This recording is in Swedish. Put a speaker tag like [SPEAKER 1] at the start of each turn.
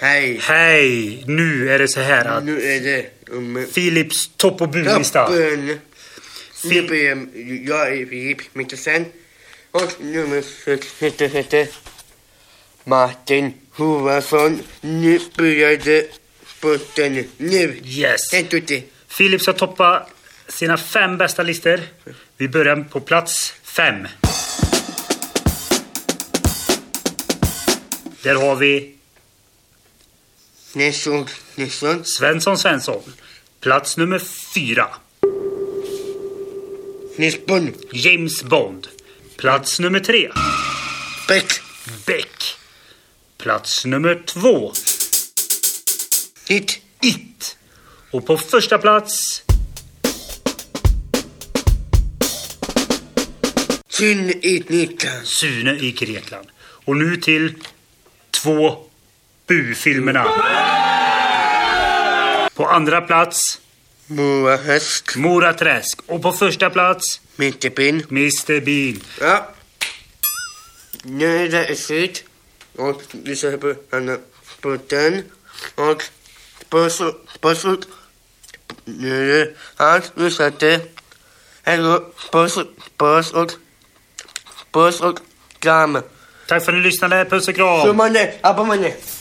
[SPEAKER 1] Hej!
[SPEAKER 2] Hej! Nu är det så här att
[SPEAKER 1] Nu är det... Um,
[SPEAKER 2] Philips topp och budlista.
[SPEAKER 1] toppen! Nu
[SPEAKER 2] Fil-
[SPEAKER 1] börjar- Jag är Filip Mikkelsen. Och nummer 6 heter, heter Martin Hovarsson. Nu började spurten. Nu!
[SPEAKER 2] Yes!
[SPEAKER 1] Hej Tutti!
[SPEAKER 2] Philips har toppat sina fem bästa listor. Vi börjar på plats fem. Där har vi
[SPEAKER 1] Nilsson, Nilsson.
[SPEAKER 2] Svensson Svensson. Plats nummer fyra.
[SPEAKER 1] Nilsson.
[SPEAKER 2] James Bond. Plats nummer tre.
[SPEAKER 1] Beck.
[SPEAKER 2] Beck. Plats nummer två.
[SPEAKER 1] Hit.
[SPEAKER 2] It. Och på första plats
[SPEAKER 1] Syn i Niklas.
[SPEAKER 2] Sune i Grekland. Och nu till två Bu-filmerna. På andra plats
[SPEAKER 1] Moa Hösk.
[SPEAKER 2] Mora Träsk och på första plats
[SPEAKER 1] Mittepin.
[SPEAKER 2] Mr Bean.
[SPEAKER 1] Ja. Nu är det slut. Och vi ser på andra spurten. Och spursen. Nu är det allt vi sätter. Hej då. Puss puss och... Puss och kram.
[SPEAKER 2] Tack för att ni lyssnade. Puss och kram.
[SPEAKER 1] Sumane, abonnemang.